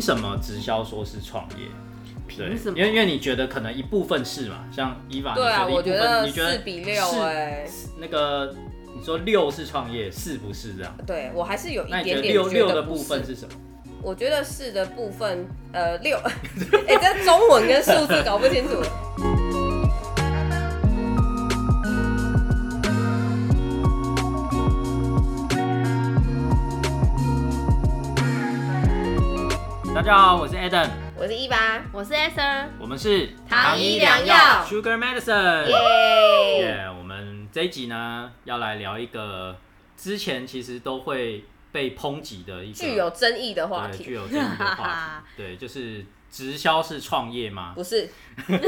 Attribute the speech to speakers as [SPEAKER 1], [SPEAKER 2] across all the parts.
[SPEAKER 1] 什么直销说是创业？对
[SPEAKER 2] 凭什，么
[SPEAKER 1] 因为因为你觉得可能一部分是嘛，像伊娃，
[SPEAKER 3] 对啊，
[SPEAKER 1] 你
[SPEAKER 3] 我
[SPEAKER 1] 觉
[SPEAKER 3] 觉
[SPEAKER 1] 得
[SPEAKER 3] 得
[SPEAKER 1] 一部分你觉得
[SPEAKER 3] 四比六
[SPEAKER 1] 是
[SPEAKER 3] 哎、
[SPEAKER 1] 那个你说六是创业，四不是这样？
[SPEAKER 3] 对我还是有一
[SPEAKER 1] 那
[SPEAKER 3] 点
[SPEAKER 1] 你觉得
[SPEAKER 3] 点
[SPEAKER 1] 六
[SPEAKER 3] 觉
[SPEAKER 1] 六
[SPEAKER 3] 得
[SPEAKER 1] 的
[SPEAKER 3] 不
[SPEAKER 1] 部
[SPEAKER 3] 是
[SPEAKER 1] 分是什么？
[SPEAKER 3] 我觉得是的部分，呃，六，哎、这中文跟数字搞不清楚。
[SPEAKER 1] 大家好，我是 Adam，
[SPEAKER 3] 我是一八，
[SPEAKER 2] 我是 S R，
[SPEAKER 1] 我们是
[SPEAKER 3] 糖衣良药
[SPEAKER 1] Sugar Medicine。
[SPEAKER 3] 耶，
[SPEAKER 1] 耶我们这一集呢要来聊一个之前其实都会被抨击的一个
[SPEAKER 3] 具有争议的话
[SPEAKER 1] 对具
[SPEAKER 3] 题，
[SPEAKER 1] 有争议的话题，对，就是直销是创业吗？
[SPEAKER 3] 不是
[SPEAKER 2] 哎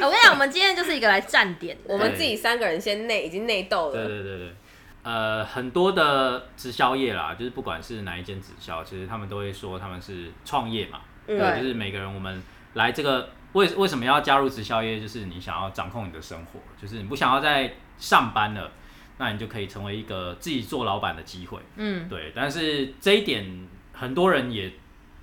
[SPEAKER 2] 我跟你讲，我们今天就是一个来站点的，
[SPEAKER 3] 我们自己三个人先内已经内斗
[SPEAKER 1] 对
[SPEAKER 3] 了，
[SPEAKER 1] 对对对，呃，很多的直销业啦，就是不管是哪一间直销，其实他们都会说他们是创业嘛，
[SPEAKER 3] 嗯
[SPEAKER 1] 对，就是每个人我们来这个为为什么要加入直销业，就是你想要掌控你的生活，就是你不想要再上班了，那你就可以成为一个自己做老板的机会，
[SPEAKER 2] 嗯，
[SPEAKER 1] 对，但是这一点很多人也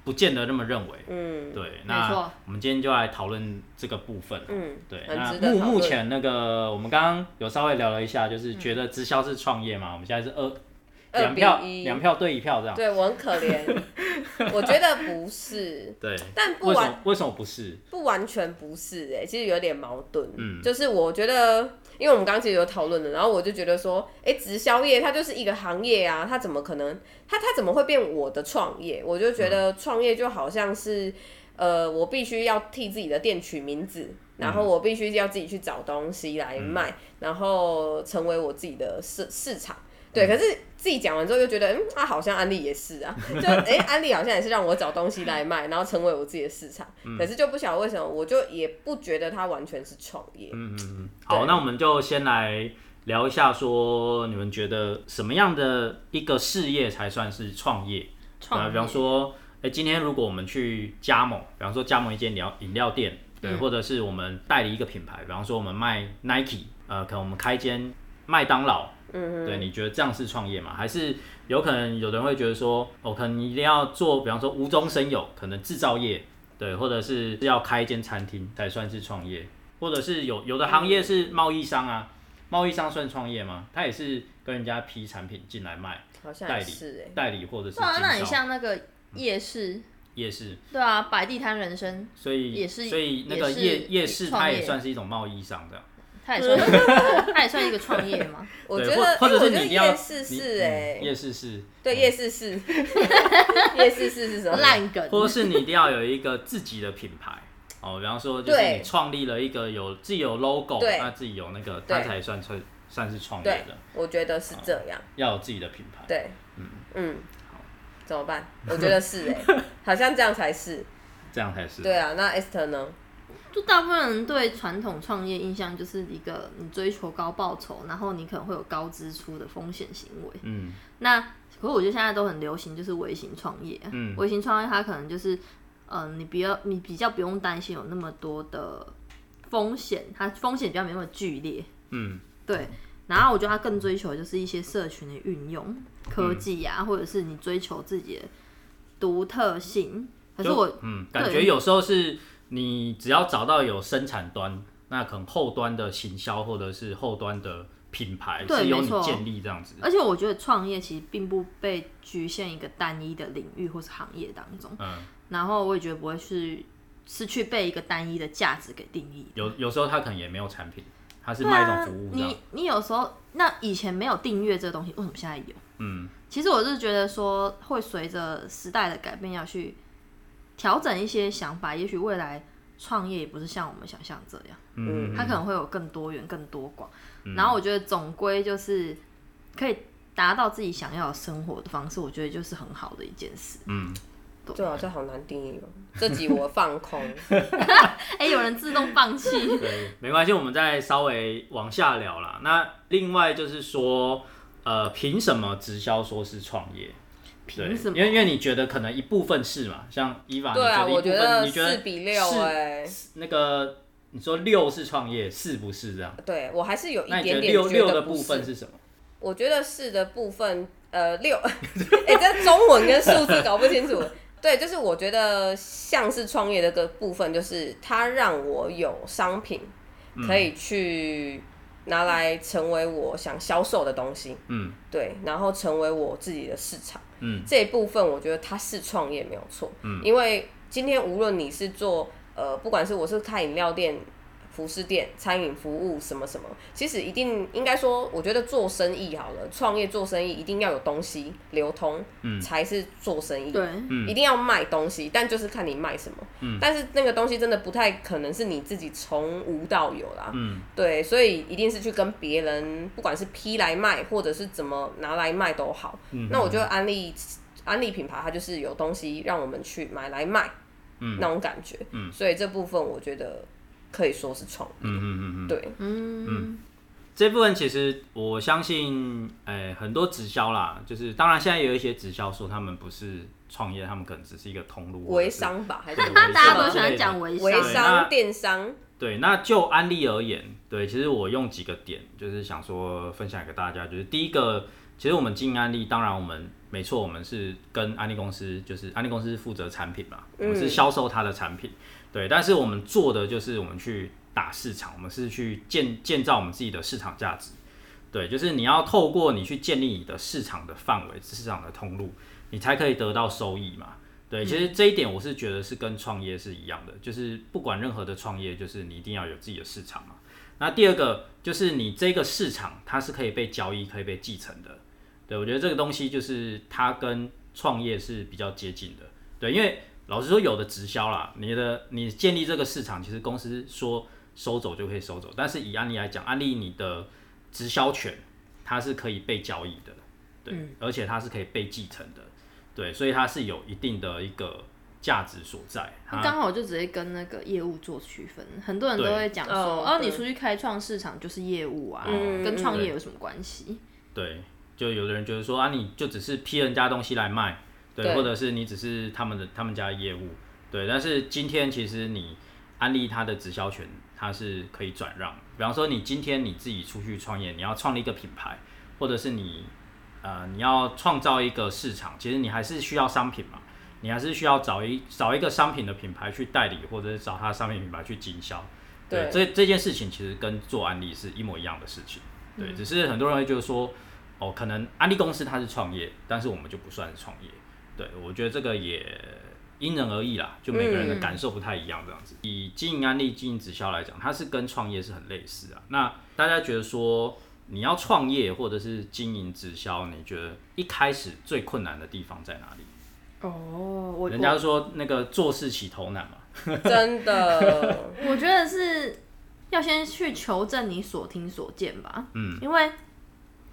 [SPEAKER 1] 不见得那么认为，
[SPEAKER 3] 嗯
[SPEAKER 1] 对，
[SPEAKER 2] 没
[SPEAKER 1] 那
[SPEAKER 2] 错
[SPEAKER 1] 我们今天就来讨论这个部分，
[SPEAKER 3] 嗯，
[SPEAKER 1] 对，那
[SPEAKER 3] 很值得
[SPEAKER 1] 目
[SPEAKER 3] 讨论嗯
[SPEAKER 1] 目前那个我们刚刚有稍微聊了一下，就是觉得直销是创业嘛，我们现在是二
[SPEAKER 3] 二
[SPEAKER 1] 两票
[SPEAKER 3] 比一
[SPEAKER 1] 两票对一票这样。
[SPEAKER 3] 对我很可 怜，我觉得不是，
[SPEAKER 1] 对，
[SPEAKER 3] 但不
[SPEAKER 1] 为什
[SPEAKER 3] 完
[SPEAKER 1] 么为什么不是？
[SPEAKER 3] 不完全不是哎、其实有点矛盾。
[SPEAKER 1] 嗯
[SPEAKER 3] 就是我觉得，因为我们刚刚其实有讨论的，然后我就觉得说，哎、直销业它就是一个行业啊，它怎么可能，它它怎么会变我的创业？我就觉得创业就好像是，呃，我必须要替自己的店取名字。然后我必须要自己去找东西来卖，然后成为我自己的市市场。
[SPEAKER 1] 嗯
[SPEAKER 3] 对，可是自己讲完之后又觉得，嗯，啊，好像安利也是 啊，就哎、安利好像也是让我找东西来卖，然后成为我自己的市场。
[SPEAKER 1] 嗯
[SPEAKER 3] 可是就不晓得为什么，我就也不觉得它完全是创业。
[SPEAKER 1] 嗯嗯嗯。好，
[SPEAKER 3] 对
[SPEAKER 1] 那我们就先来聊一下，说你们觉得什么样的一个事业才算是创业？
[SPEAKER 2] 创
[SPEAKER 1] 啊，
[SPEAKER 2] 业
[SPEAKER 1] 比方说，哎、今天如果我们去加盟，比方说加盟一间饮料饮料店，对，
[SPEAKER 3] 嗯
[SPEAKER 1] 或者是我们代理一个品牌，比方说我们卖 Nike，呃，可能我们开一间麦当劳，嗯，对，你觉得这样是创业吗？还是有可能有的人会觉得说，哦，可能你一定要做，比方说无中生有，可能制造业，对，或者是要开一间餐厅才算是创业，或者是有有的行业是贸易商啊，贸易商算创业吗？他也是跟人家批产品进来卖，
[SPEAKER 3] 好像
[SPEAKER 1] 代
[SPEAKER 3] 也
[SPEAKER 1] 理
[SPEAKER 3] 是哎、
[SPEAKER 1] 代理或者是
[SPEAKER 2] 对啊，那你
[SPEAKER 1] 经销
[SPEAKER 2] 像那个夜市，
[SPEAKER 1] 夜市，
[SPEAKER 2] 对啊，摆地摊人生，
[SPEAKER 1] 所以
[SPEAKER 2] 也是
[SPEAKER 1] 所以那个
[SPEAKER 2] 也是
[SPEAKER 1] 夜夜市
[SPEAKER 2] 创
[SPEAKER 1] 它
[SPEAKER 2] 业
[SPEAKER 1] 也算是一种贸易商这样。
[SPEAKER 2] 他也算， 他也算一个创业嘛，
[SPEAKER 3] 我
[SPEAKER 1] 对
[SPEAKER 3] 觉
[SPEAKER 1] 或或
[SPEAKER 3] 得，
[SPEAKER 1] 者
[SPEAKER 3] 因为
[SPEAKER 1] 是
[SPEAKER 3] 我觉得
[SPEAKER 1] 你一定要
[SPEAKER 3] 夜市
[SPEAKER 1] 你
[SPEAKER 3] 是
[SPEAKER 1] 嗯
[SPEAKER 3] 哎、
[SPEAKER 1] 夜嗯市是
[SPEAKER 3] 对，
[SPEAKER 1] 嗯
[SPEAKER 3] 夜市是，夜市是 是什么？
[SPEAKER 2] 烂梗，
[SPEAKER 1] 或者是你一定要有一个自己的品牌哦，比方说就是
[SPEAKER 3] 对
[SPEAKER 1] 你创立了一个有自己有 logo，
[SPEAKER 3] 对
[SPEAKER 1] 那自己有那个，
[SPEAKER 3] 对
[SPEAKER 1] 它才算算算是创业
[SPEAKER 3] 对
[SPEAKER 1] 的，，
[SPEAKER 3] 我觉得是这样。
[SPEAKER 1] 要有自己的品牌。
[SPEAKER 3] 对，嗯，怎么办？我觉得是哎、 好像这样才是。
[SPEAKER 1] 这样才是。
[SPEAKER 3] 对啊，那 Esther 呢？
[SPEAKER 2] 就大部分人对传统创业印象就是一个你追求高报酬，然后你可能会有高支出的风险行为。
[SPEAKER 1] 嗯
[SPEAKER 2] 那可是我觉得现在都很流行，就是微型创业。
[SPEAKER 1] 嗯
[SPEAKER 2] 微型创业它可能就是，嗯、你比较你比较不用担心有那么多的风险，它风险比较没那么剧烈。
[SPEAKER 1] 嗯
[SPEAKER 2] 对，然后我觉得它更追求的就是一些社群的运用、科技啊，
[SPEAKER 1] 嗯
[SPEAKER 2] 或者是你追求自己的独特性。可是
[SPEAKER 1] 就
[SPEAKER 2] 我
[SPEAKER 1] 嗯，感觉
[SPEAKER 2] 对
[SPEAKER 1] 有时候是你只要找到有生产端，那可能后端的行销或者是后端的品牌
[SPEAKER 2] 对
[SPEAKER 1] 是由
[SPEAKER 2] 没
[SPEAKER 1] 你
[SPEAKER 2] 错
[SPEAKER 1] 建立这样子。
[SPEAKER 2] 而且我觉得创业其实并不被局限一个单一的领域或是行业当中，
[SPEAKER 1] 嗯。
[SPEAKER 2] 然后我也觉得不会是是去被一个单一的价值给定义。
[SPEAKER 1] 有有时候他可能也没有产品，他是卖一种服务这样。
[SPEAKER 2] 啊你你有时候那以前没有订阅这个东西，为什么现在有？
[SPEAKER 1] 嗯
[SPEAKER 2] 其实我是觉得说，会随着时代的改变要去调整一些想法，也许未来创业也不是像我们想象这样，
[SPEAKER 1] 嗯，
[SPEAKER 2] 它可能会有更多元、更多广。然后我觉得总归就是可以达到自己想要的生活的方式，我觉得就是很好的一件事。
[SPEAKER 1] 嗯，
[SPEAKER 2] 对
[SPEAKER 3] 对啊，这好难定义哦。这集我放空，
[SPEAKER 2] 哎、有人自动放弃，
[SPEAKER 1] 对，没关系，我们再稍微往下聊啦。那另外就是说，呃，凭什么直销说是创业？对
[SPEAKER 2] 凭什么
[SPEAKER 1] 因？为因为你觉得可能一部分是嘛，像伊娃，
[SPEAKER 3] 对啊，
[SPEAKER 1] 你
[SPEAKER 3] 我
[SPEAKER 1] 觉
[SPEAKER 3] 觉
[SPEAKER 1] 得一部分你
[SPEAKER 3] 得
[SPEAKER 1] 觉得
[SPEAKER 3] 四比六
[SPEAKER 1] 是
[SPEAKER 3] 哎、
[SPEAKER 1] 那个你说六是创业，四不是这样？
[SPEAKER 3] 对我还是有一
[SPEAKER 1] 那你
[SPEAKER 3] 点
[SPEAKER 1] 得
[SPEAKER 3] 点
[SPEAKER 1] 六
[SPEAKER 3] 觉
[SPEAKER 1] 六
[SPEAKER 3] 得
[SPEAKER 1] 的
[SPEAKER 3] 不
[SPEAKER 1] 部
[SPEAKER 3] 是
[SPEAKER 1] 分。是什么？
[SPEAKER 3] 我 欸觉得是的部分，呃，六，哎、这中文跟数字搞不清楚。 对，就是我觉得像是创业的个部分，就是它让我有商品
[SPEAKER 1] 嗯
[SPEAKER 3] 可以去拿来成为我想销售的东西，
[SPEAKER 1] 嗯
[SPEAKER 3] 对，然后成为我自己的市场。
[SPEAKER 1] 嗯
[SPEAKER 3] 这一部分我觉得它是创业没有错，
[SPEAKER 1] 嗯
[SPEAKER 3] 因为今天无论你是做呃，不管是我是开饮料店、服饰店、餐饮服务什么什么，其实一定应该说，我觉得做生意好了，创业做生意一定要有东西流通，
[SPEAKER 1] 嗯
[SPEAKER 3] 才是做生意。
[SPEAKER 2] 对，
[SPEAKER 1] 嗯
[SPEAKER 3] 一定要卖东西，但就是看你卖什么。
[SPEAKER 1] 嗯
[SPEAKER 3] 但是那个东西真的不太可能是你自己从无到有啦。
[SPEAKER 1] 嗯
[SPEAKER 3] 对，所以一定是去跟别人，不管是批来卖，或者是怎么拿来卖都好。
[SPEAKER 1] 嗯
[SPEAKER 3] 那我觉得安利安利品牌，它就是有东西让我们去买来卖，
[SPEAKER 1] 嗯
[SPEAKER 3] 那种感觉。
[SPEAKER 1] 嗯
[SPEAKER 3] 所以这部分我觉得可以说是创
[SPEAKER 1] 嗯嗯嗯嗯，
[SPEAKER 3] 对，
[SPEAKER 2] 嗯，
[SPEAKER 1] 这部分其实我相信，呃，很多直销啦，就是当然现在也有一些直销说他们不是创业，他们可能只是一个通路，
[SPEAKER 3] 微商吧，还是
[SPEAKER 1] 对
[SPEAKER 2] 大
[SPEAKER 1] 微
[SPEAKER 2] 家都
[SPEAKER 1] 商
[SPEAKER 2] 喜欢讲微
[SPEAKER 3] 微
[SPEAKER 1] 商
[SPEAKER 3] 商、电商，
[SPEAKER 1] 对，那就安利而言，对，其实我用几个点，就是想说分享给大家，就是第一个，其实我们进安利，当然我们没错，我们是跟安利公司，就是安利公司是负责产品嘛，我们是销售它的产品，对，但是我们做的就是我们去打市场，我们是去建建造我们自己的市场价值，对，就是你要透过你去建立你的市场的范围、市场的通路，你才可以得到收益嘛。对，其实这一点我是觉得是跟创业是一样的，就是不管任何的创业，就是你一定要有自己的市场嘛。那第二个就是你这个市场它是可以被交易、可以被继承的。对，我觉得这个东西就是它跟创业是比较接近的。对，因为老实说，有的直销啦，你的你建立这个市场，其实公司说收走就可以收走，但是以案例来讲，案例你的直销权它是可以被交易的，对，而且它是可以被继承的，对，所以它是有一定的一个价值所在。它
[SPEAKER 2] 刚好就直接跟那个业务做区分，很多人都
[SPEAKER 1] 对
[SPEAKER 2] 会讲说，
[SPEAKER 3] 哦
[SPEAKER 2] 哦，
[SPEAKER 3] 对
[SPEAKER 2] 你出去开创市场就是业务啊，
[SPEAKER 3] 嗯
[SPEAKER 2] 跟创业
[SPEAKER 1] 对
[SPEAKER 2] 有什么关系？
[SPEAKER 1] 对，就有的人觉得说啊，你就只是批人家东西来卖，对，
[SPEAKER 3] 对
[SPEAKER 1] 或者是你只是他们的他们家的业务，对。但是今天其实你安利他的直销权，它是可以转让。比方说，你今天你自己出去创业，你要创立一个品牌，或者是你呃你要创造一个市场，其实你还是需要商品嘛。你还是需要找一找一个商品的品牌去代理，或者是找他的商品品牌去经销。对，这这件事情其实跟做安利是一模一样的事情。对，只是很多人会就是说，哦，可能安利公司它是创业，但是我们就不算是创业。对，我觉得这个也因人而异啦，就每个
[SPEAKER 2] 嗯
[SPEAKER 1] 人的感受不太一样这样子。以经营安利、经营直销来讲，它是跟创业是很类似啊。那大家觉得说你要创业或者是经营直销，你觉得一开始最困难的地方在哪里？
[SPEAKER 2] 哦，我
[SPEAKER 1] 人家说那个做事起头难嘛，
[SPEAKER 3] 真的，
[SPEAKER 2] 我觉得是要先去求证你所听所见吧。嗯，因为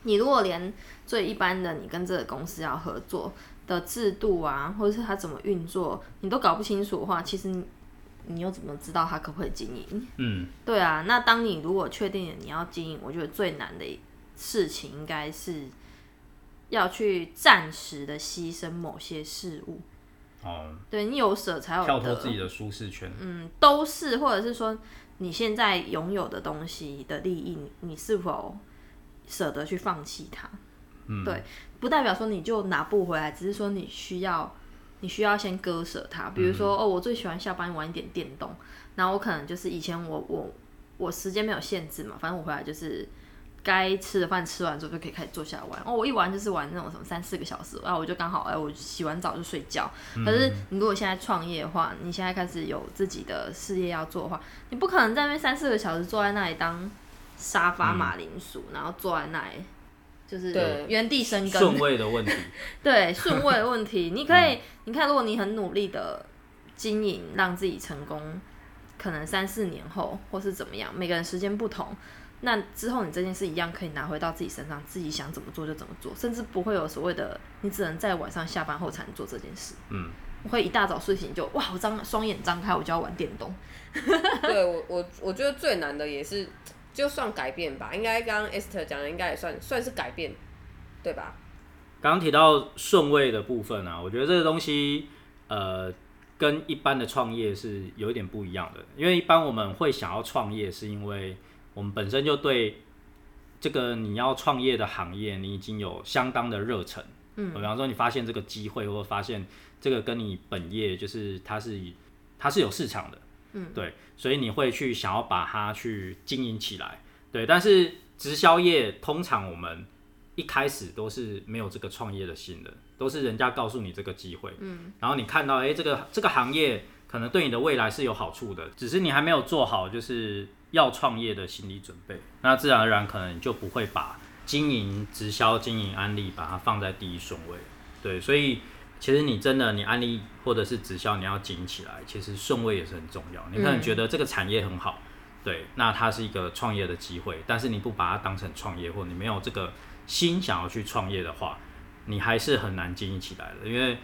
[SPEAKER 2] 你如果连最一般的你跟这个公司要合作的制度啊，或者是它怎么运作，你都搞不清楚的话，其实你你又怎么知道它可不可以经营？
[SPEAKER 1] 嗯
[SPEAKER 2] 对啊，那当你如果确定了你要经营，我觉得最难的事情应该是要去暂时的牺牲某些事物。
[SPEAKER 1] 哦，
[SPEAKER 2] 对你有舍才有得，
[SPEAKER 1] 跳脱自己的舒适圈，
[SPEAKER 2] 嗯，都是，或者是说你现在拥有的东西的利益，你你是否舍得去放弃它？
[SPEAKER 1] 嗯，
[SPEAKER 2] 对，不代表说你就拿不回来，只是说你需要，你需要先割舍它。比如说，哦，我最喜欢下班玩一点电动，然后我可能就是以前我我我时间没有限制嘛，反正我回来就是该吃的饭吃完之后就可以开始坐下来玩。哦，我一玩就是玩那种什么三四个小时，然后我就刚好哎，我洗完澡就睡觉。可是你如果现在创业的话，你现在开始有自己的事业要做的话，你不可能在那边三四个小时坐在那里当沙发马铃薯，然后坐在那里。就是
[SPEAKER 3] 对
[SPEAKER 2] 原地生根，
[SPEAKER 1] 顺位的嗯问题，
[SPEAKER 2] 对顺位的问题，你可以，你看，如果你很努力的经营，让自己成功，可能三四年后或是怎么样，每个人时间不同，那之后你这件事一样可以拿回到自己身上，自己想怎么做就怎么做，甚至不会有所谓的你只能在晚上下班后才能做这件事。
[SPEAKER 1] 嗯。
[SPEAKER 2] 我会一大早睡醒就哇，我张双眼张开我就要玩电动。
[SPEAKER 3] 对我我我觉得最难的也是，就算改变吧，应该刚刚 Esther 讲的，应该也算算是改变，对吧？
[SPEAKER 1] 刚刚提到顺位的部分啊，我觉得这个东西，呃，跟一般的创业是有一点不一样的。因为一般我们会想要创业，是因为我们本身就对这个你要创业的行业，你已经有相当的热忱，嗯，比方说你发现这个机会，或者发现这个跟你本业就是它是以它是有市场的，嗯，对，所以你会去想要把它去经营起来，对。但是直销业通常我们一开始都是没有这个创业的心的，都是人家告诉你这个机会，嗯，然后你看到哎、诶这个这个行业可能对你的未来是有好处的，只是你还没有做好就是要创业的心理准备，那自然而然可能你就不会把经营直销、经营安利把它放在第一顺位，对，所以。其实你真的，你安利或者是直销，你要紧起来，其实顺位也是很重要。你可能觉得这个产业很好，对，那它是一个创业的机会，但是你不把它当成创业，或你没有这个心想要去创业的话，你还是很难经营起来的。因为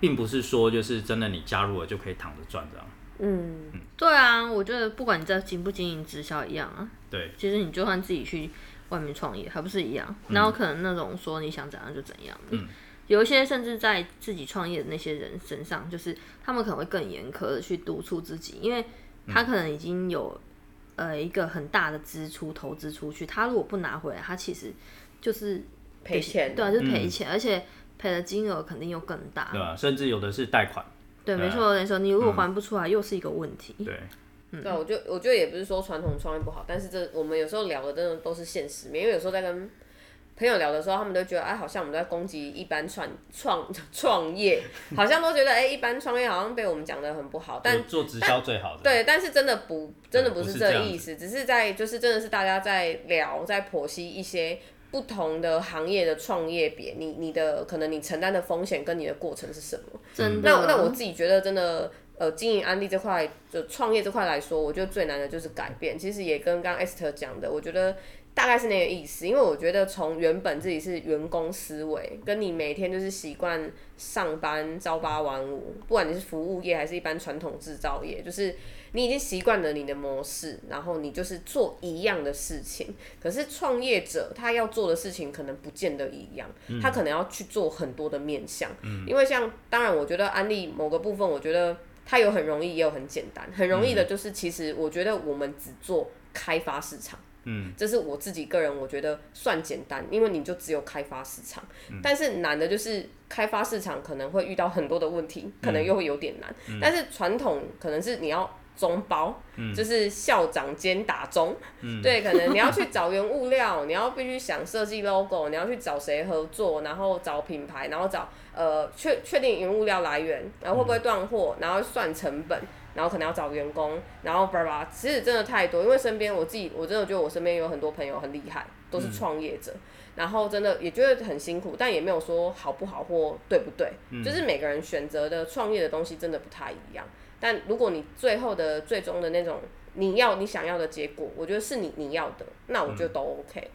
[SPEAKER 1] 并不是说就是真的你加入了就可以躺着赚这样。
[SPEAKER 3] 嗯，
[SPEAKER 2] 对啊，我觉得不管你在经不经营直销一样啊，
[SPEAKER 1] 对，
[SPEAKER 2] 其实你就算自己去外面创业，还不是一样？然后可能那种说你想怎样就怎样的，有一些甚至在自己创业的那些人身上，就是他们可能会更严苛的去督促自己，因为他可能已经有、呃一个很大的支出投资出去，他如果不拿回来，他其实就是
[SPEAKER 3] 赔钱。
[SPEAKER 2] 对啊，就是赔钱，而且赔的金额肯定又更大。
[SPEAKER 1] 对吧、啊甚至有的是贷款，
[SPEAKER 2] 对，没错，没错，你如果还不出来，又是一个问题。
[SPEAKER 1] 对，
[SPEAKER 3] 对啊，我就我觉得也不是说传统创业不好，但是这我们有时候聊的真的都是现实面，因为有时候在跟朋友聊的时候，他们都觉得哎，好像我们在攻击一般创创创业，好像都觉得哎，一般创业好像被我们讲的很不好，但
[SPEAKER 1] 就做直销最好的。
[SPEAKER 3] 对，但是真的不，真的
[SPEAKER 1] 对
[SPEAKER 3] 不
[SPEAKER 1] 不
[SPEAKER 3] 是
[SPEAKER 1] 是
[SPEAKER 3] 这
[SPEAKER 1] 这样
[SPEAKER 3] 意思，只是在就是真的是大家在聊，在剖析一些不同的行业的创业别，你你的可能你承担的风险跟你的过程是什么？
[SPEAKER 2] 真的。啊
[SPEAKER 3] 那那我自己觉得真的。呃，经营安利这块，就创业这块来说，我觉得最难的就是改变。其实也跟刚刚 Esther 讲的，我觉得大概是那个意思。因为我觉得从原本自己是员工思维，跟你每天就是习惯上班朝八晚五，不管你是服务业还是一般传统制造业，就是你已经习惯了你的模式，然后你就是做一样的事情。可是创业者他要做的事情可能不见得一样，他可能要去做很多的面向。因为像当然，我觉得安利某个部分，我觉得它有很容易，也有很简单。很容易的就是，其实我觉得我们只做开发市场。
[SPEAKER 1] 嗯，
[SPEAKER 3] 这是我自己个人我觉得算简单，因为你就只有开发市场。但是难的就是开发市场可能会遇到很多的问题，可能又会有点难。但是传统可能是你要中包，就是校长兼打中，对，可能你要去找原物料， 你要必须想设计 logo，你要去找谁合作，然后找品牌，然后找呃确确定原物料来源，然后会不会断货，然后算成本，然后可能要找员工，然后叭叭，其实真的太多，因为身边我自己我真的觉得我身边有很多朋友很厉害，都是创业者。然后真的也觉得很辛苦，但也没有说好不好或对不对，就是每个人选择的创业的东西真的不太一样。但如果你最后的最终的那种你要你想要的结果，我觉得是你你要的，那我觉
[SPEAKER 1] 嗯
[SPEAKER 3] 得都 OK。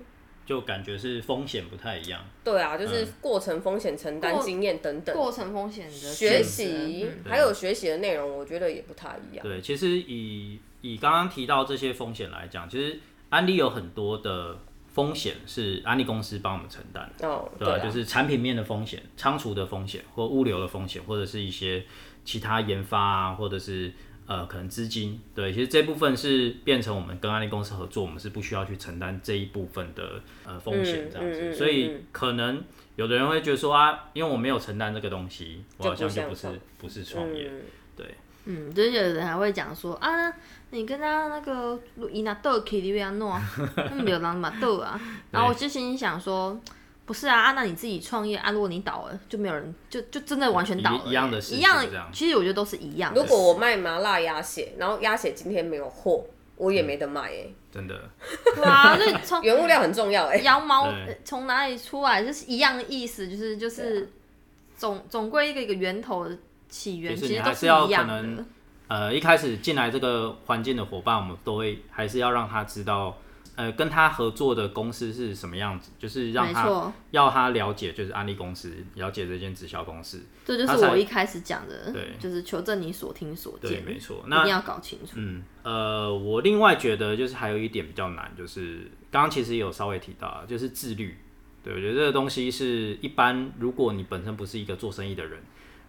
[SPEAKER 1] 就感觉是风险不太一样。
[SPEAKER 3] 对啊，就是
[SPEAKER 1] 嗯
[SPEAKER 3] 过程、风险、承担、
[SPEAKER 2] 过
[SPEAKER 3] 经验等等，
[SPEAKER 2] 过程风险的
[SPEAKER 3] 学
[SPEAKER 2] 限制
[SPEAKER 3] 习、
[SPEAKER 2] 嗯
[SPEAKER 3] 还有学习的内容，我觉得也不太一样。
[SPEAKER 1] 对，其实以以刚刚提到这些风险来讲，其实安利有很多的风险是安利公司帮我们承担的，
[SPEAKER 3] 哦，
[SPEAKER 1] 对
[SPEAKER 3] 对
[SPEAKER 1] 吧、
[SPEAKER 3] 啊，
[SPEAKER 1] 就是产品面的风险、仓储的风险，或物流的风险，或者是一些其他研发啊，或者是呃可能资金，对，其实这部分是变成我们跟安利公司合作，我们是不需要去承担这一部分的呃风险这样子，
[SPEAKER 3] 嗯嗯嗯嗯
[SPEAKER 1] 所以可能有的人会觉得说啊，因为我没有承担这个东西，我好像就不是
[SPEAKER 3] 就不像
[SPEAKER 1] 不是创业，
[SPEAKER 3] 嗯
[SPEAKER 1] 对。
[SPEAKER 2] 嗯，就是有人还会讲说啊，你跟他那个啊伊拿豆去你要弄，啊 那没有人嘛豆啊。然后我就心里想说，不是啊，啊那你自己创业啊，如果你倒了，就没有人，就就真的完全倒了耶，欸
[SPEAKER 1] 一一样的事情
[SPEAKER 2] 一样
[SPEAKER 1] 这样
[SPEAKER 2] 其实我觉得都是一样的
[SPEAKER 3] 如
[SPEAKER 2] 事。
[SPEAKER 3] 果我卖麻辣鸭血，然后鸭血今天没有货，我也没得卖诶、
[SPEAKER 1] 真的，
[SPEAKER 2] 对啊，所以 从
[SPEAKER 3] 原物料很重要欸诶、
[SPEAKER 2] 羊毛
[SPEAKER 1] 对啊
[SPEAKER 2] 呃从哪里出来，就是一样的意思，就是就
[SPEAKER 3] 对
[SPEAKER 2] 是总总归一个一个源头的起源，
[SPEAKER 1] 就是
[SPEAKER 2] 其
[SPEAKER 1] 你
[SPEAKER 2] 实
[SPEAKER 1] 还
[SPEAKER 2] 都
[SPEAKER 1] 是要
[SPEAKER 2] 一样
[SPEAKER 1] 可能
[SPEAKER 2] 的。
[SPEAKER 1] 呃，一开始进来这个环境的伙伴，我们都会还是要让他知道，呃，跟他合作的公司是什么样子，就是让
[SPEAKER 2] 没
[SPEAKER 1] 他
[SPEAKER 2] 错，
[SPEAKER 1] 要他了解，就是安利公司，了解这间直销公司。
[SPEAKER 2] 这就
[SPEAKER 1] 他
[SPEAKER 2] 是
[SPEAKER 1] 才
[SPEAKER 2] 我一开始讲的
[SPEAKER 1] 对，
[SPEAKER 2] 就是求证你所听所
[SPEAKER 1] 对，
[SPEAKER 2] 见。
[SPEAKER 1] 没错。
[SPEAKER 2] 一定
[SPEAKER 1] 那
[SPEAKER 2] 要搞清楚。
[SPEAKER 1] 嗯，呃，我另外觉得就是还有一点比较难，就是刚刚其实也有稍微提到，就是自律。对，我觉得这个东西是一般，如果你本身不是一个做生意的人，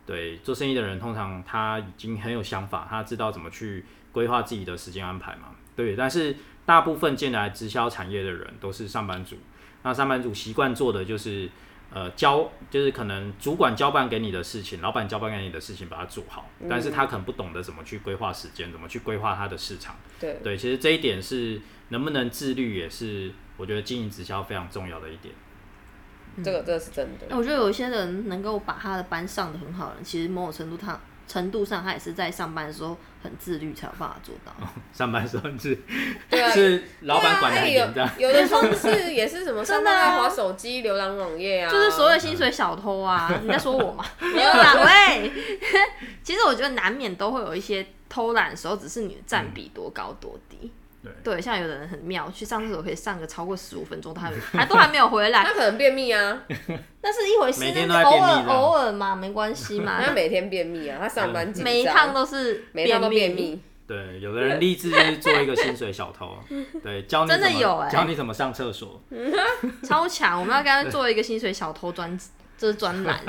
[SPEAKER 1] 对，做生意的人通常他已经很有想法，他知道怎么去规划自己的时间安排嘛。对，但是大部分进来直销产业的人都是上班族，那上班族习惯做的就是，呃交，就是可能主管交办给你的事情，老板交办给你的事情，把它做好，
[SPEAKER 3] 嗯
[SPEAKER 1] 但是他可能不懂得怎么去规划时间，怎么去规划他的市场。
[SPEAKER 3] 对
[SPEAKER 1] 对，其实这一点是能不能自律，也是我觉得经营直销非常重要的一点。嗯
[SPEAKER 3] 这个这个是真的。
[SPEAKER 2] 那我觉得有一些人能够把他的班上的很好的人，其实某种程度他程度上他也是在上班的时候很自律，才有办法做到。
[SPEAKER 1] 上班时候是
[SPEAKER 3] 对啊，
[SPEAKER 1] 是老板管
[SPEAKER 3] 对
[SPEAKER 1] 的
[SPEAKER 3] 啊
[SPEAKER 1] 很
[SPEAKER 3] 哎
[SPEAKER 1] 严，这样
[SPEAKER 3] 有有的同事也是什么上
[SPEAKER 2] 真的
[SPEAKER 3] 班
[SPEAKER 2] 啊
[SPEAKER 3] 在划手机、浏览网页啊，
[SPEAKER 2] 就是所有薪水小偷啊！
[SPEAKER 1] 嗯
[SPEAKER 2] 你在说 我吗？没有啦，喂。 其实我觉得难免都会有一些偷懒的时候，只是你的占比多高多低。
[SPEAKER 1] 嗯对
[SPEAKER 2] 像有的人很妙，去上厕所可以上个超过十五分钟，他还没还都还没有 回来，
[SPEAKER 3] 他可能便秘啊，
[SPEAKER 2] 那是一回事
[SPEAKER 1] 每，天都在
[SPEAKER 2] 那是偶
[SPEAKER 1] 便
[SPEAKER 2] 尔
[SPEAKER 1] 秘这样
[SPEAKER 2] 偶尔嘛，没关系 嘛。
[SPEAKER 3] 他每天便秘啊，他上班紧张
[SPEAKER 2] 每一趟都是
[SPEAKER 3] 每一趟都便
[SPEAKER 2] 便，
[SPEAKER 3] 秘，
[SPEAKER 1] 对，有的人立志就是做一个薪水小偷，对，教你
[SPEAKER 2] 真的
[SPEAKER 1] 怎么
[SPEAKER 2] 有欸
[SPEAKER 1] 教你怎么上厕所，
[SPEAKER 2] 超强！我们要跟他做一个薪水小偷专， 这是专栏，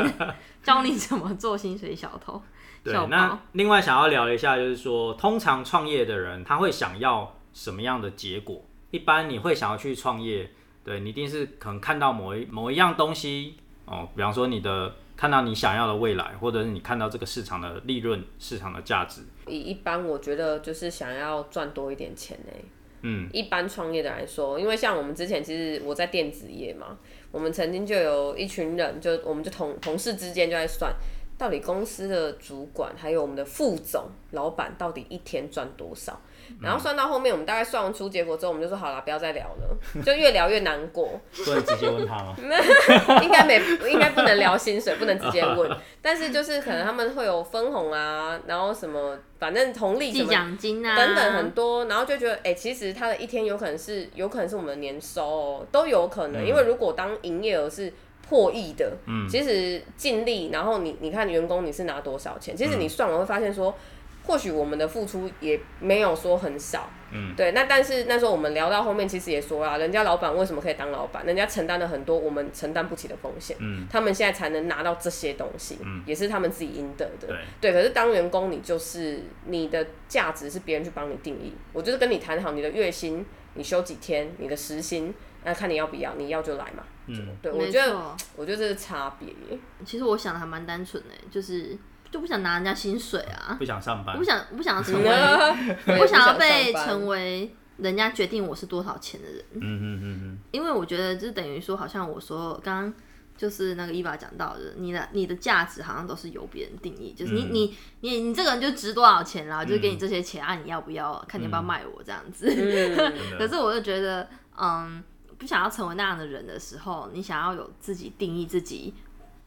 [SPEAKER 2] 教你怎么做薪水小偷。
[SPEAKER 1] 对
[SPEAKER 2] 小，
[SPEAKER 1] 那
[SPEAKER 2] 包
[SPEAKER 1] 另外想要聊一下，就是说，通常创业的人他会想要什么样的结果？一般你会想要去创业，对你一定是可能看到某一某一样东西哦，比方说你的看到你想要的未来，或者是你看到这个市场的利润、市场的价值，
[SPEAKER 3] 一一般我觉得就是想要赚多一点钱呢、欸
[SPEAKER 1] 嗯，
[SPEAKER 3] 一般创业的来说，因为像我们之前其实我在电子业嘛，我们曾经就有一群人，就我们就同同事之间就在算，到底公司的主管还有我们的副总、老板到底一天赚多少。然后算到后面，我们大概算出结果之后，我们就说好了，不要再聊了，就越聊越难过。
[SPEAKER 1] 不能直接问他 吗？
[SPEAKER 3] 应该没，应该不能聊薪水，不能直接问。但是就是可能他们会有分红啊，然后什么，反正红利什
[SPEAKER 2] 记
[SPEAKER 3] 么
[SPEAKER 2] 奖金啊，
[SPEAKER 3] 等等很多，然后就觉得，哎、其实他的一天有可能是，有可能是我们的年收、哦，都有可能。因为如果当营业额是破亿的，嗯，其实尽力，然后你你看员工你是拿多少钱，其实你算完会发现说，或许我们的付出也没有说很少。
[SPEAKER 1] 嗯，
[SPEAKER 3] 对，那但是那时候我们聊到后面，其实也说啊，人家老板为什么可以当老板？人家承担了很多我们承担不起的风险，
[SPEAKER 1] 嗯，
[SPEAKER 3] 他们现在才能拿到这些东西，
[SPEAKER 1] 嗯
[SPEAKER 3] 也是他们自己应得的。
[SPEAKER 1] 对，
[SPEAKER 3] 对，可是当员工，你就是你的价值是别人去帮你定义。我就是跟你谈好你的月薪，你休几天，你的时薪，那看你要不要，你要就来嘛。
[SPEAKER 1] 嗯，
[SPEAKER 3] 对，我
[SPEAKER 2] 没
[SPEAKER 3] 觉得，
[SPEAKER 2] 错。
[SPEAKER 3] 我觉得这是差别耶。
[SPEAKER 2] 其实我想的还蛮单纯的，就是就不想拿人家薪水啊，
[SPEAKER 1] 不想上
[SPEAKER 2] 我
[SPEAKER 1] 班
[SPEAKER 2] 不，想我不想成
[SPEAKER 3] 嗯我
[SPEAKER 2] 为，我
[SPEAKER 3] 也
[SPEAKER 2] 不
[SPEAKER 3] 不
[SPEAKER 2] 想要
[SPEAKER 3] 上
[SPEAKER 2] 被
[SPEAKER 3] 班
[SPEAKER 2] 成为人家决定我是多少钱的人，
[SPEAKER 1] 嗯嗯嗯嗯，
[SPEAKER 2] 因为我觉得就是等于说，好像我说刚刚。就是那个伊娃讲到的，你的你的价值好像都是由别人定义，就是你、
[SPEAKER 1] 嗯
[SPEAKER 2] 你你你这个人就值多少钱啦，就是给你这些钱啊，你要不要看你要不要卖我这样子。
[SPEAKER 1] 啊真
[SPEAKER 3] 嗯，
[SPEAKER 2] 可
[SPEAKER 1] 的，
[SPEAKER 2] 是我就觉得，嗯，不想要成为那样的人的时候，你想要有自己定义自己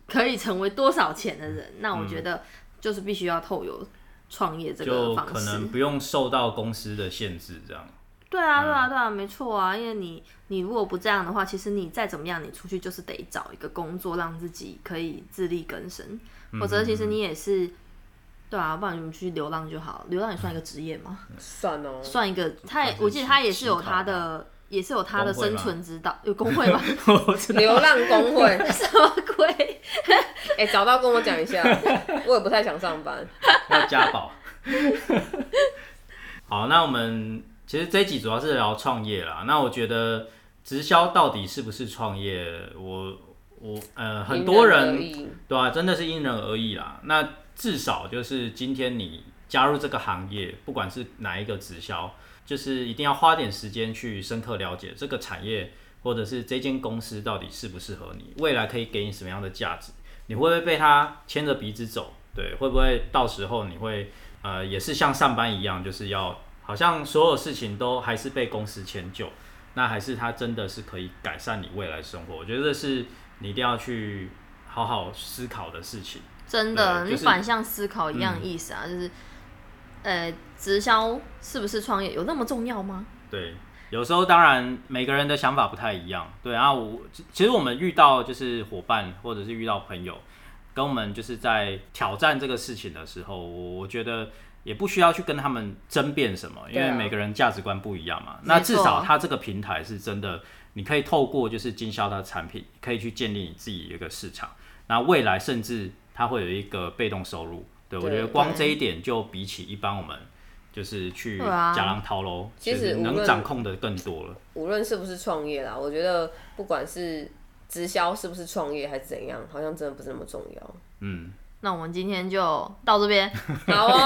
[SPEAKER 2] 可以成为多少钱的人，那我觉得就是必须要透由创业这个
[SPEAKER 1] 嗯就
[SPEAKER 2] 方
[SPEAKER 1] 可
[SPEAKER 2] 式
[SPEAKER 1] 能。不用受到公司的限制，这样，
[SPEAKER 2] 对啊，对
[SPEAKER 1] 嗯
[SPEAKER 2] 啊，对啊，没错啊，因为你你如果不这样的话，其实你再怎么样，你出去就是得找一个工作，让自己可以自力更生，否则
[SPEAKER 1] 嗯
[SPEAKER 2] 其实你也是。对啊，不然你们去流浪就好。流浪也算一个职业吗？
[SPEAKER 3] 算哦，
[SPEAKER 2] 算一个，他也
[SPEAKER 1] 算是
[SPEAKER 2] 我记得他也
[SPEAKER 1] 乞
[SPEAKER 2] 是有
[SPEAKER 1] 讨
[SPEAKER 2] 他
[SPEAKER 1] 吧
[SPEAKER 2] 的，也是有他的
[SPEAKER 1] 工会
[SPEAKER 2] 生
[SPEAKER 1] 吧
[SPEAKER 2] 存之道，有工会吗？
[SPEAKER 3] 流浪工会，
[SPEAKER 2] 什么鬼？
[SPEAKER 3] 哎、找到跟我讲一下，我也不太想上班。
[SPEAKER 1] 要加保。好，那我们其实这一集主要是聊创业啦。那我觉得直销到底是不是创业，我我呃很多
[SPEAKER 3] 因而
[SPEAKER 1] 人
[SPEAKER 3] 异
[SPEAKER 1] 对啊，真的是因人而异啦。那至少就是今天你加入这个行业，不管是哪一个直销，就是一定要花点时间去深刻了解这个产业或者是这间公司到底适不适合你，未来可以给你什么样的价值，你会不会被它牵着鼻子走？对，会不会到时候你会呃也是像上班一样，就是要好像所有事情都还是被公司迁就，那还是它真的是可以改善你未来生活？我觉得这是你一定要去好好思考的事情。
[SPEAKER 2] 真的，
[SPEAKER 1] 对
[SPEAKER 2] 你
[SPEAKER 1] 就是嗯
[SPEAKER 2] 反向思考一样意思啊，就是，呃，直销是不是创业有那么重要吗？
[SPEAKER 1] 对，有时候当然每个人的想法不太一样。对啊，我其其实我们遇到就是伙伴或者是遇到朋友，跟我们就是在挑战这个事情的时候，我我觉得也不需要去跟他们争辩什么，因
[SPEAKER 3] 对
[SPEAKER 1] 为
[SPEAKER 3] 啊
[SPEAKER 1] 每个人价值观不一样嘛。
[SPEAKER 2] 没错
[SPEAKER 1] 那至少他这个平台是真的，你可以透过就是经销他的产品，可以去建立你自己一个市场。那未来甚至他会有一个被动收入。对，我
[SPEAKER 3] 对
[SPEAKER 1] 觉得光
[SPEAKER 2] 对
[SPEAKER 1] 这一点就比起一般我们就是去
[SPEAKER 2] 对啊
[SPEAKER 1] 假狼逃楼，
[SPEAKER 3] 其实
[SPEAKER 1] 就是
[SPEAKER 3] 无
[SPEAKER 1] 能
[SPEAKER 3] 论
[SPEAKER 1] 掌控的更多了。
[SPEAKER 3] 无论是不是创业啦，我觉得不管是直销是不是创业还是怎样，好像真的不是那么重要。
[SPEAKER 1] 嗯，
[SPEAKER 2] 那我们今天就到这边
[SPEAKER 3] 好哦，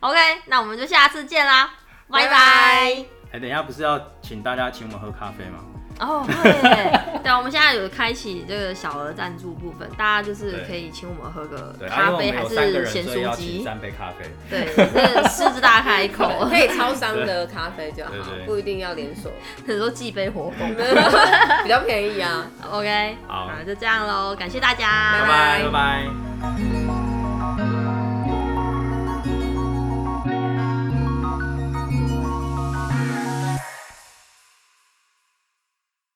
[SPEAKER 2] ，OK，那我们就下次见啦，拜
[SPEAKER 3] 拜
[SPEAKER 2] 拜。
[SPEAKER 3] 拜。
[SPEAKER 1] 哎、等一下不是要请大家请我们喝咖啡吗？
[SPEAKER 2] 哦，对 耶，对啊，我们现在有开启这个小额赞助部分，大家就是可以请我们喝个
[SPEAKER 1] 对，啊、因
[SPEAKER 2] 咖
[SPEAKER 1] 为我
[SPEAKER 2] 啡
[SPEAKER 1] 们
[SPEAKER 2] 还
[SPEAKER 1] 有三个
[SPEAKER 2] 是
[SPEAKER 1] 人，
[SPEAKER 2] 咸
[SPEAKER 1] 所以
[SPEAKER 2] 酥
[SPEAKER 1] 要请
[SPEAKER 2] 鸡，
[SPEAKER 1] 三杯咖啡。
[SPEAKER 2] 对，就是狮子大 开口，
[SPEAKER 3] 可以超商的咖啡就好
[SPEAKER 1] 对对，
[SPEAKER 3] 不一定要连锁，
[SPEAKER 2] 很多寄杯火锅。
[SPEAKER 3] 比较便宜啊。
[SPEAKER 2] OK，
[SPEAKER 1] 好
[SPEAKER 2] 那就这样喽，感谢大家，
[SPEAKER 1] 拜拜拜拜。